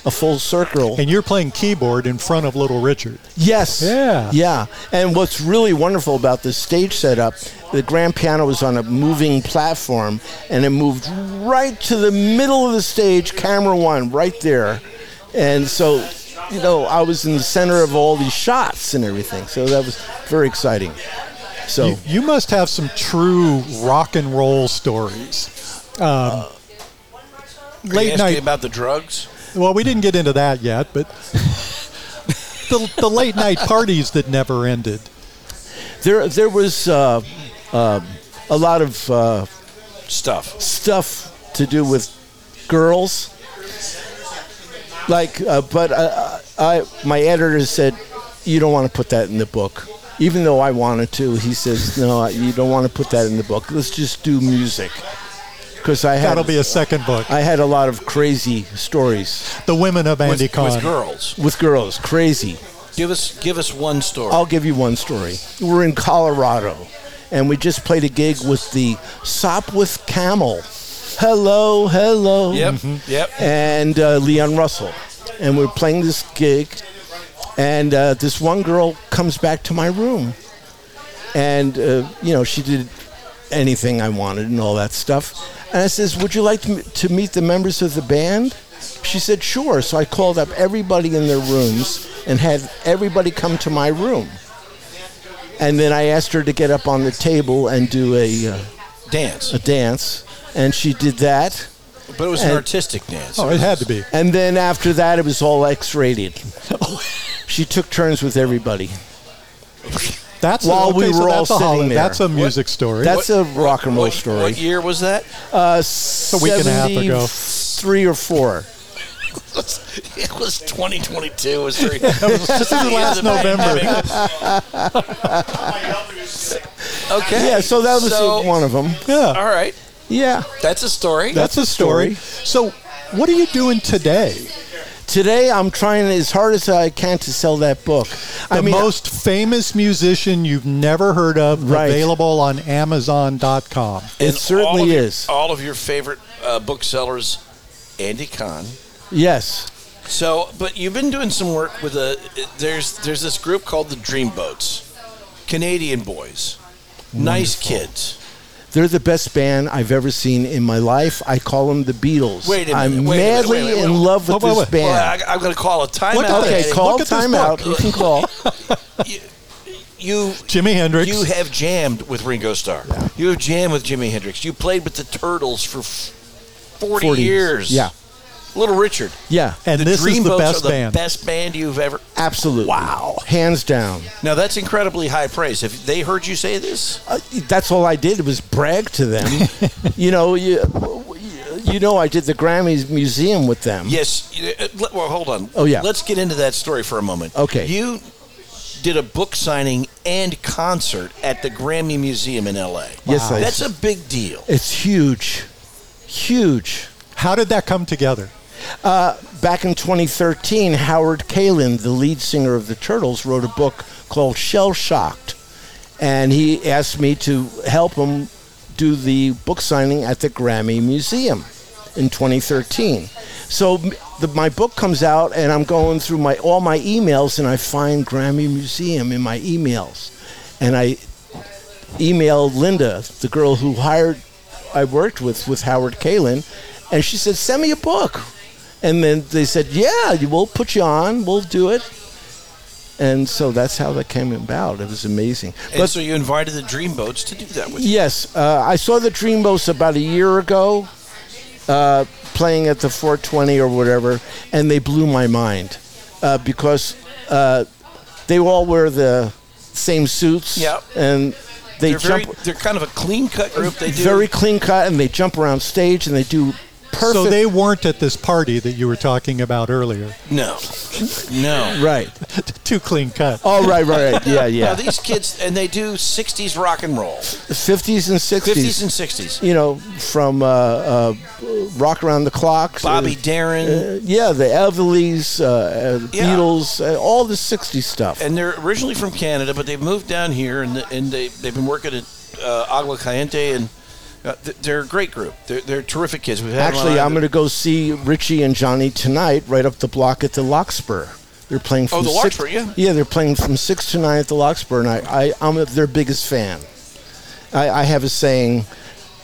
a full circle.
And you're playing keyboard in front of Little Richard.
Yes.
Yeah.
Yeah. And what's really wonderful about this stage setup, the grand piano was on a moving platform and it moved right to the middle of the stage, camera one, right there. And so, you know, I was in the center of all these shots and everything. So that was very exciting. So,
You, you must have some true rock and roll stories.
Uh,
Um,
Late
late
night
night
about the drugs.
Well, we didn't get into that yet,
[LAUGHS]
but the, the late night parties that never ended.
there, there was uh, um a lot of. Uh,
Stuff.
stuff to do with girls. Like, uh, but uh, I, my editor said, you don't want to put that in the book. Even though I wanted to, he says, no, you don't want to put that in the book. Let's just do music. Because I had,
That'll be a second book.
I had a lot of crazy stories
The Women of
With,
Andy
with
Kahn.
girls.
with girls, crazy.
Give us give us one story.
I'll give you one story. We're in Colorado, and we just played a gig with the Sopwith Camel. Hello, hello.
Yep. Yep.
Mm-hmm. and uh, Leon Russell, and we're playing this gig, and uh, this one girl comes back to my room, and uh, you know she did anything I wanted and all that stuff, and I says, "Would you like to, m- to meet the members of the band?" She said, "Sure." So I called up everybody in their rooms and had everybody come to my room, and then I asked her to get up on the table and do a, uh,
Dance.
a dance, and she did that.
But it was an
and-
artistic dance.
Oh, it had to be.
And then after that, it was all X-rated. she took turns with everybody.
That's a,
While
okay,
we
so
were all
that's a
sitting
holiday-
there.
That's a music story.
That's a rock and roll
what,
story.
What year was that?
Uh, it's
a week and a half ago.
Three or four.
it was 2022. It was
[LAUGHS]
very.
just in the last November.
okay.
Yeah, so that was
So-
one of them.
yeah,
All right.
Yeah,
That's a story.
that's a story. So, what are you doing today?
today I'm trying as hard as I can to sell that book.
The
I mean,
most famous musician you've never heard of,
Right.
available on Amazon.com.
it
And all
certainly
of your-
is.
all of your favorite uh, booksellers, Andy Kahn.
Yes.
So, but you've been doing some work with a. There's there's this group called the Dreamboats, Canadian boys, nice kids.
They're the best band I've ever seen in my life. I call them the Beatles.
Wait a minute,
I'm
wait a minute,
madly
wait a minute,
in
wait a
love with
minute. Wait,
this
wait, wait.
band.
Well, I, I'm going to call a
Look at
timeout.
this.
okay,
Eddie.
call
Look at this
timeout. You can call.
You
Jimi Hendrix.
You have jammed with Ringo Starr. You have jammed with Jimi Hendrix. You played with the Turtles for f- 40,
40.
years.
Yeah.
Little Richard.
Yeah,
And this is the
Dreamboats
best
are the
band.
best band you've ever.
absolutely.
Wow.
Hands down.
Now that's incredibly high praise. Have they heard you say this?
Uh, that's all I did was brag to them. you know, you, you know, I did the Grammys Museum with them.
Yes. you- uh, let- Well, hold on.
Oh, yeah.
Let's get into that story for a moment.
Okay.
You did a book signing and concert at the Grammy Museum in L.A.
Yes, I
That's a big deal.
It's huge, huge.
How did that come together?
Uh, back in 2013, Howard Kalin, the lead singer of the Turtles, wrote a book called Shell Shocked, and he asked me to help him do the book signing at the Grammy Museum in 2013. So m- the, my book comes out, and I'm going through my all my emails, and I find Grammy Museum in my emails, and I emailed Linda, the girl who hired, I worked with with Howard Kalin, and she said, "Send me a book." And then they said, "Yeah, you- we'll put you on. We'll do it." And so that's how that came about. It was amazing.
And so you invited the Dreamboats to do that with you.
Yes, uh, I saw the Dreamboats about a year ago, uh, playing at the 420 or whatever, and they blew my mind uh, because uh, they all wear the same suits,
Yep.
and they
They're,
jump
very, they're kind of a clean cut group. They do
very clean cut, and they jump around stage and they do perfect.
So they weren't at this party that you were talking about earlier. [LAUGHS]
No, no.
right.
Too clean cut.
Oh, right, right, right. Yeah,
Now
yeah.
these kids, and they do '60s rock and roll,
Fifties
'50s
and sixties.
and '60s.
You know, from uh, uh, rock around the clock.
Bobby Darin,
Uh, yeah, the Everlees, uh, uh,
Yeah.
Beatles, uh, all the 60s stuff.
and they're originally from Canada, but they've moved down here, and and they they've been working at uh, Agua Caliente, and uh, th- they're a great group. They're, they're terrific kids. We've had them
Actually,
on-
I'm going to go see Richie and Johnny tonight right up the block at the Larkspur. They're playing from
Oh, the
six-
Larkspur, yeah.
Yeah, they're playing from 6 to 9 at the Larkspur, and I, I, I'm their biggest fan. I, I have a saying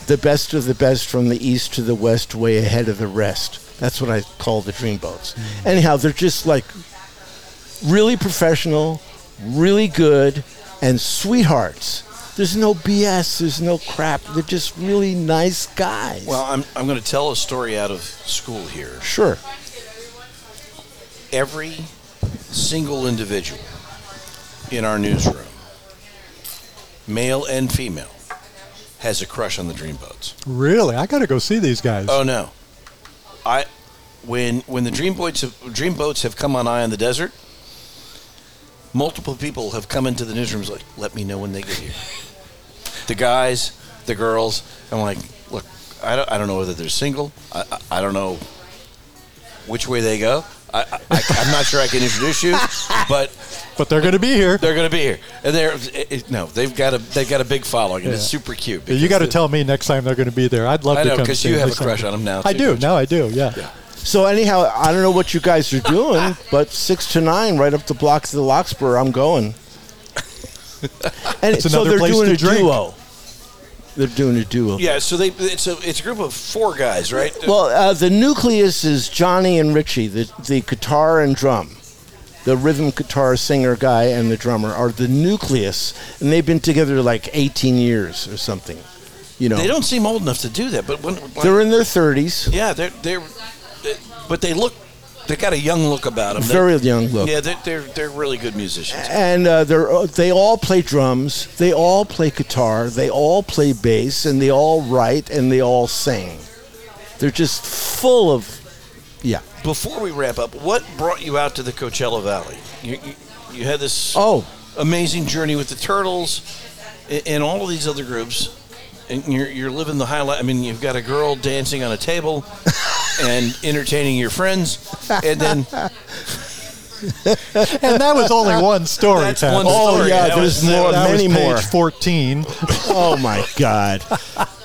the best of the best from the east to the west, way ahead of the rest. That's what I call the Dreamboats.
Mm.
Anyhow, they're just like really professional, really good, and sweethearts. There's no BS. There's no crap. They're just really nice guys.
Well, I'm I'm going to tell a story out of school here.
sure.
every single individual in our newsroom, male and female, has a crush on the Dreamboats.
Really? I got to go see these guys.
Oh no, I when when the Dreamboats have, Dreamboats have come on Eye on the Desert, multiple people have come into the newsrooms like, "Let me know when they get here." the guys, the girls. I'm like, look, I don't, I don't know whether they're single. I, I, I don't know which way they go. I, I, I'm not sure I can introduce you, but
But they're going to be here.
they're going to be here. And they're it, it- no, they've got a they've got a big following, and it's super cute.
You got to tell me next time they're going to be there. I'd love
I
to
know
come
because
see
you
them.
have a
They sound
crush
good.
on them now.
I
too,
do.
don't you?
Now I do. Yeah.
So anyhow, I don't know what you guys are doing, but six to nine, right up the block to the Larkspur, I'm going. And
It's
so
another
they're
place
doing
to
a
drink.
duo. They're doing a duo.
Yeah, so they it's a it's a group of four guys, right?
Well, uh, the nucleus is Johnny and Richie, the the guitar and drum, the rhythm guitar singer guy and the drummer are the nucleus, and they've been together like 18 years or something. You know,
they don't seem old enough to do that, but when
they're in their 30s,
yeah, they're they're they- but they look they got a young look about them.
very young look.
yeah, they're, they're they're really good musicians.
and uh, they're, uh, they all play drums, they all play guitar, they all play bass, and they all write and they all sing. They're just full of, yeah.
Before we wrap up, what brought you out to the Coachella Valley? You you, you had this
Oh,
amazing journey with the Turtles a- and all of these
[LAUGHS]
other groups. And you're, you're living the highlight. I mean, you've got a girl dancing on a table. and entertaining your friends, and then
And that was only one story.
[LAUGHS] That's
Pat.
one
Oh,
story.
yeah,
That
there's
was-
more,
that was
many
page
more.
14.
Oh my
[LAUGHS]
God. yeah.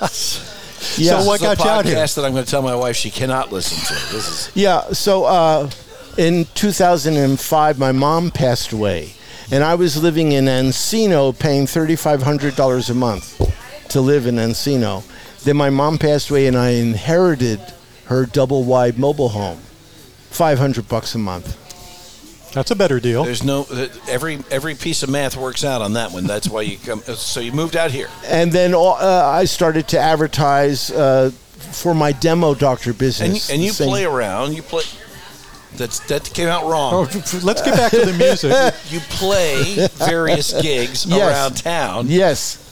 So what
the
got you out here?
podcast that I'm going to tell my wife she cannot listen to. This is
Yeah. So uh, in 2005, my mom passed away, and I was living in Encino, paying $3,500 a month to live in Encino. Then my mom passed away, and I inherited her double wide mobile home, 500 bucks a month.
That's a better
Oh.
deal.
there's no every every piece of math works out on that one. That's why you come. So you moved out here.
And then all- uh, I started to advertise uh, for my demo doctor
and,
business.
and
the
you
same-
play around. You play. That's that came out
Oh,
wrong.
[LAUGHS] let's get back to the music.
[LAUGHS] You
[LAUGHS]
play various gigs
Yes.
around town.
Yes.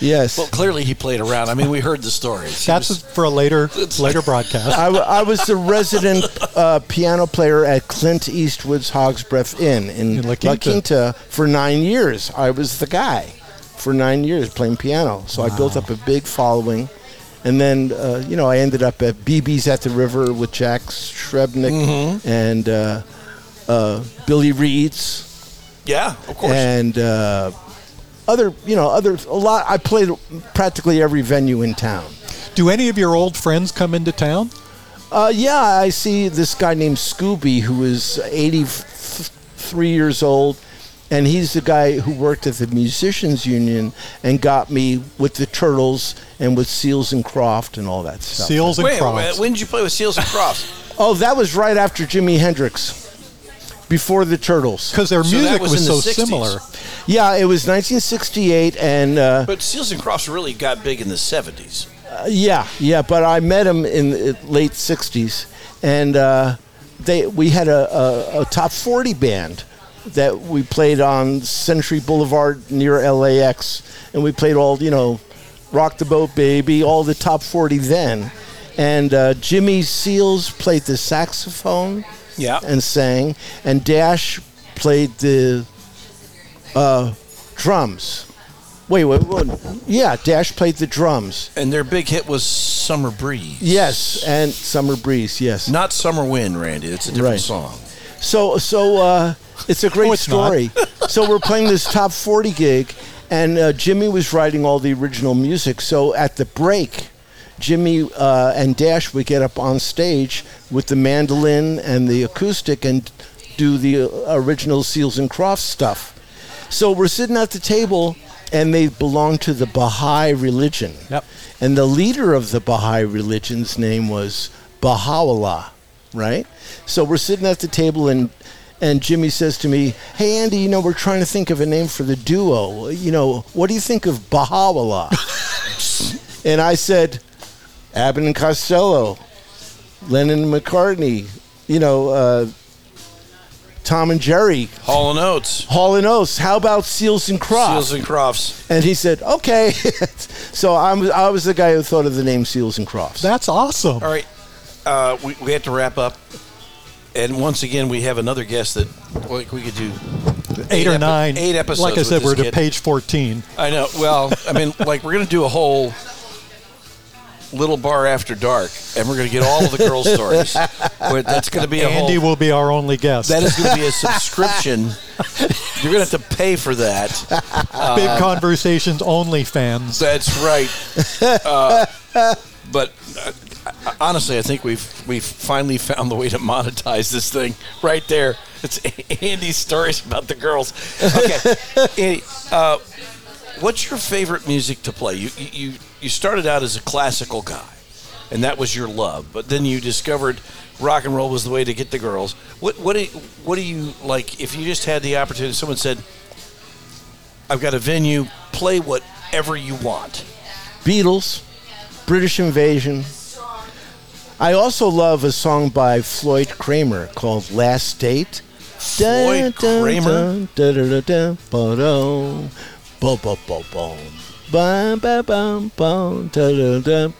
Yes.
Well, clearly he played around. I mean, we heard the
[LAUGHS]
stories. He
That's
was-
for a later later broadcast.
I, w- I was the resident uh, piano player at Clint Eastwood's Hogs Breath Inn in,
In
La
La
Quinta.
Quinta.
for nine years. I was the guy for nine years playing piano. So I built up a big following. And then, uh, you know, I ended up at BB's at the River with Jack Shrebnick and uh, uh, Billy Reeds
yeah, of course.
and uh, other, you know, other, a lot. I played practically every venue in town.
Do any of your old friends come into town?
Uh, yeah, I see this guy named Scooby who is 83 years old, and he's the guy who worked at the Musicians Union and got me with the Turtles and with Seals and Croft and all that stuff.
Seals and
Wait,
Crofts.
wait, when did you play with Seals and Crofts?
Oh, that was right after Jimi Hendrix, before the Turtles.
Because their
So that
music
was
was,
in the
so
60s.
similar.
Yeah, it was 1968, and uh,
But Seals and Crofts really got big in the seventies.
yeah, yeah. But I met him in the uh, late '60s, and uh, they we had a, a, a top 40 band that we played on Century Boulevard near LAX, and we played all you know, "Rock the Boat, Baby," all the top 40 then, and uh, Jimmy Seals played the saxophone
Yeah.
and sang, and Dash played the uh, drums. Wait, wait, wait, yeah, Dash played the drums.
And their big hit was Summer Breeze.
Yes, and Summer Breeze. Yes.
Not Summer Wind, Randy. It's a different
Right.
song.
So so uh, it's a great
No, it's not.
story. so we're playing this top forty gig, and uh, Jimmy was writing all the original music. So at the break, Jimmy uh, and Dash would get up on stage with the mandolin and the acoustic and do the uh, original Seals and Crofts stuff. So we're sitting at the table, and they belong to the Baha'i religion.
Yep.
And the leader of the Baha'i religion's name was Baha'u'llah, right? So we're sitting at the table, and, and Jimmy says to me, Hey, Andy, you know, we're trying to think of a name for the duo. You know, what do you think of Baha'u'llah? and I said, Abbott and Costello, Lennon and McCartney, you know, uh, Tom and Jerry,
Hall and Oates.
Hall and Oates. How about Seals and Crofts?
Seals and Crofts.
and he said, "Okay." [LAUGHS] so I'm, I was the guy who thought of the name Seals and Crofts.
That's awesome.
All right, uh, we, we have to wrap up. And once again, we have another guest that like we could do
Eight, or
epi-
nine.
eight episodes.
Like I
with
said,
this
we're to
kid.
page 14.
I know. Well, I [LAUGHS] mean, like we're gonna do a whole little bar after dark, and we're gonna get all of the girl stories. But that's gonna be a
Andy
whole.
will be our only guest.
that is [LAUGHS] gonna be a subscription. You're gonna have to pay for that.
Big Conversations only fans.
That's right. Uh, but uh, honestly, I think we've we've finally found the way to monetize this thing right there. It's Andy's stories about the girls. Okay, Andy, uh, what's your favorite music to play? You you you started out as a classical guy, and that was your love. But then you discovered rock and roll was the way to get the girls. What what do, what do you like? If you just had the opportunity, someone said, "I've got a venue, play whatever you want."
Beatles, British Invasion. I also love a song by Floyd Kramer called "Last Date."
Floyd Kramer?
Kramer.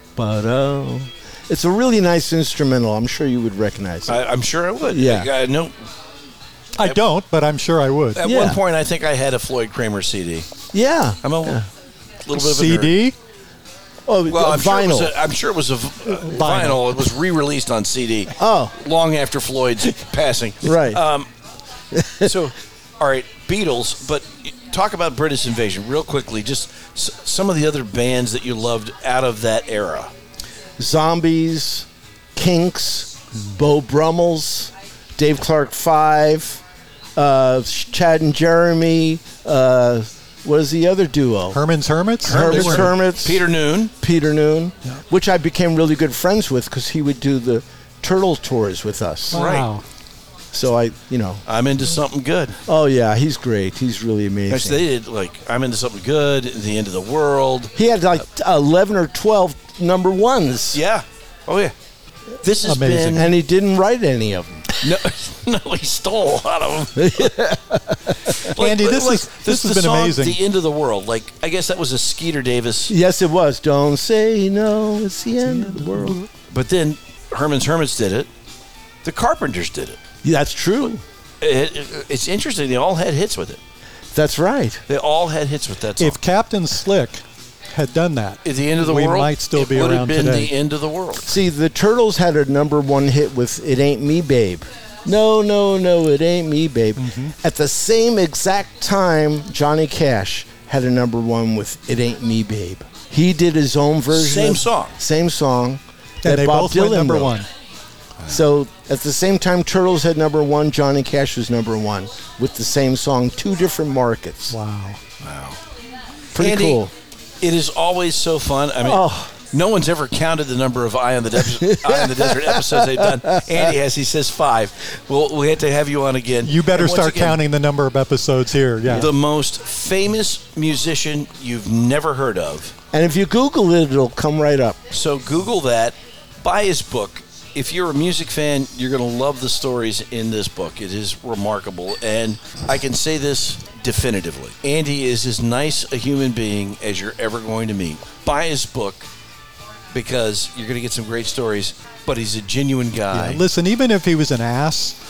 It's a really nice instrumental. I'm sure you would recognize it.
I, I'm sure I would.
Yeah.
Like, I know.
I don't, but I'm sure I would.
At
Yeah.
one point, I think I had a Floyd Kramer CD.
yeah.
I'm a little bit of a nerd.
CD?
Oh,
Well, I'm sure, it was
vinyl.
a, I'm sure it was a v- uh,
Vinyl.
vinyl. It was re-released on CD.
Oh.
long after Floyd's [LAUGHS] passing.
Right. [LAUGHS]
Um, so, all right, Beatles. But talk about British Invasion real quickly. Just s- some of the other bands that you loved out of that era.
Zombies, Kinks, Bo Brummels, Dave Clark Five, uh, Chad and Jeremy. Uh, what is the other duo?
Herman's Hermits?
Herman's
They were-
Hermits.
Peter Noon.
Peter Noon, which I became really good friends with because he would do the turtle tours with us.
Wow.
So I, you know,
I'm into something good.
oh yeah, he's great. He's really amazing.
Actually, they did like I'm into something good. The end of the world.
he had like eleven or twelve number ones.
Yeah. Oh yeah. This has
Amazing.
been
and he didn't write any of them.
[LAUGHS] no, no, he stole out of
[LAUGHS]
them.
Andy, this is- this has
the
been
song,
amazing.
The end of the world. Like I guess that was a Skeeter Davis,
Yes, it was. Don't say no. It's the end of the world.
but then Herman's Hermits did it. The Carpenters did it.
Yeah, that's true.
It, It's interesting. They all had hits with it.
That's right.
They all had hits with that song.
If Captain Slick had done that,
At the end of the
we
world,
might still
it
be
would have
around
been
today.
the end of the world.
See, the Turtles had a number one hit with "It Ain't Me, Babe." No, no, no, it ain't me, babe.
Mm-hmm.
At the same exact time, Johnny Cash had a number one with "It Ain't Me, Babe." He did his own version.
Same
of-
song.
Same song.
and
that
they
Bob
both
Dylan
went number
wrote.
one.
So at the same time, Turtles had number one. Johnny Cash was number one with the same song. Two different markets.
Wow.
Pretty
Andy,
cool.
It is always so fun. I mean,
Oh.
no one's ever counted the number of Eye on the, Des- Eye on the Desert episodes they've done. Andy has, he says five. We'll, we have to have you on again.
You better
And once
start
again,
counting the number of episodes here. Yeah.
The most famous musician you've never heard of.
And if you Google it, it'll come right up.
So Google that. Buy his book. If you're a music fan, you're going to love the stories in this book. It is remarkable. And I can say this definitively Andy is as nice a human being as you're ever going to meet. Buy his book because you're going to get some great stories, but he's a genuine guy.
Yeah, Listen, even if he was an ass,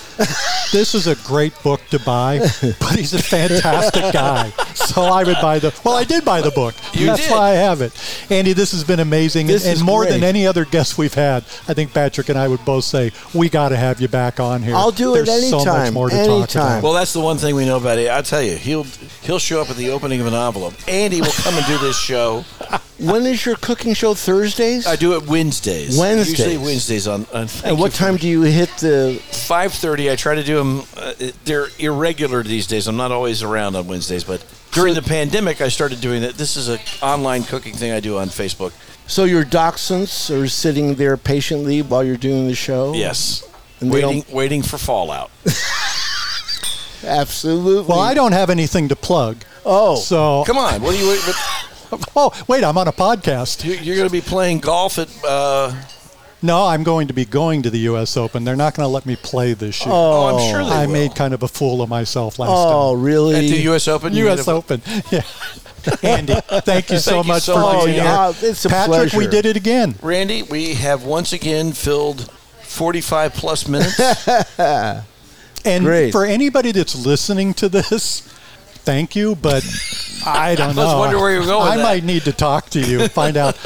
this is a great book to buy, but he's a
[LAUGHS]
fantastic guy. So I would buy the Well, I did buy the book.
You
That's
did.
why I have it. Andy, this has been amazing.
This
and
is
more than
great.
any other guest we've had, I think Patrick and I would both say, we got to have you back on here.
I'll do it
There's so much
anytime,
more to talk
anytime.
about.
Well, that's the one thing we know about it. I tell you, he'll he'll show up at the opening of an envelope. Andy will come and do this show.
When is your cooking show? Thursdays.
I do it Wednesdays.
Wednesdays.
Usually Wednesdays on. on
and what time do you hit the?
five thirty. I try to do them. Uh, they're irregular these days. I'm not always around on Wednesdays, but during the pandemic, I started doing that. This is a online cooking thing I do on Facebook.
So your dachshunds are sitting there patiently while you're doing the show.
Yes,
And they
waiting, waiting for fallout.
absolutely.
Well, I don't have anything to plug.
Oh,
So,
Come on, what are you? wait- what-
oh, wait, I'm on a podcast.
you- You're going to be playing golf at. Uh,
No, I'm going to be going to the U.S. Open. They're not going to let me play this year.
oh, I'm sure they
I
will.
made kind of a fool of myself last time.
oh, really?
at the U.S. Open. you made
U.S.
a-
Open. [LAUGHS] Yeah. Andy, thank you so
Thank you
much
so
for
much,
being here.
Andy. Oh, it's a
Patrick, we
pleasure.
did it again.
Randy, we have once again filled 45 plus
[LAUGHS]
minutes.
And
Great.
for anybody that's listening to this, thank you, but
[LAUGHS]
I don't know.
was wondering where you were going with
I
that.
might need to talk to you and find out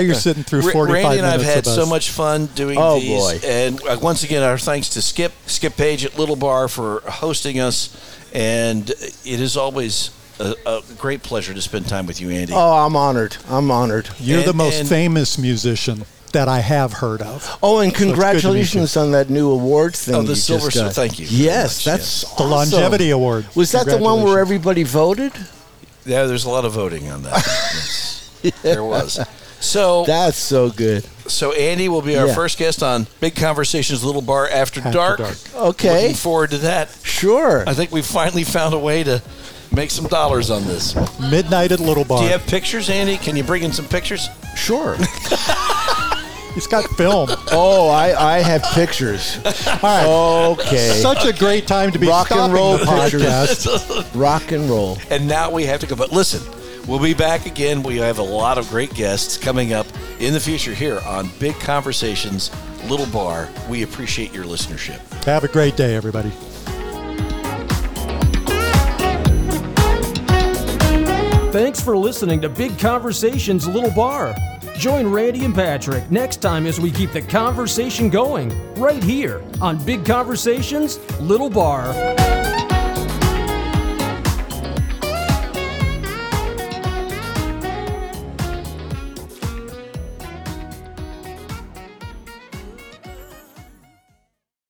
[LAUGHS]
you're sitting through
Ra-
45
Randy and
minutes
I've had
of us.
so much fun doing
Oh,
these.
boy.
And uh, once again, our thanks to Skip, Skip Page at Little Bar for hosting us. And it is always a, a great pleasure to spend time with you, Andy.
oh, I'm honored. I'm honored.
You're the
and-
most
and-
famous musician that I have heard of.
Oh, and
meet you.
congratulations on that new award thing.
Oh, the
you just
Silver Star-
got.
thank you very
Yes,
much,
that's
The
awesome.
Longevity Award.
Was that the one where
Congratulations.
everybody voted?
Yeah, there's a lot of voting on that. Yes, There was. So,
That's so good.
so Andy will be our
Yeah.
first guest on Big Conversations Little Bar After,
After Dark.
Okay.
Looking forward to that.
Sure.
I think we finally found a way to make some dollars on this. Do
Midnight at Little Bar.
you have pictures, Andy? Can you bring in some pictures? [LAUGHS]
sure.
He's got film.
oh, I, I have pictures.
All right.
Okay.
Such a great time to be
Rock and
stopping
roll
the podcast.
Rock and roll.
And now we have to go. But listen, we'll be back again. We have a lot of great guests coming up in the future here on Big Conversations Little Bar. We appreciate your listenership.
Have a great day, everybody.
Thanks for listening to Big Conversations Little Bar. Join Randy and Patrick next time as we keep the conversation going right here on Big Conversations, Little Bar.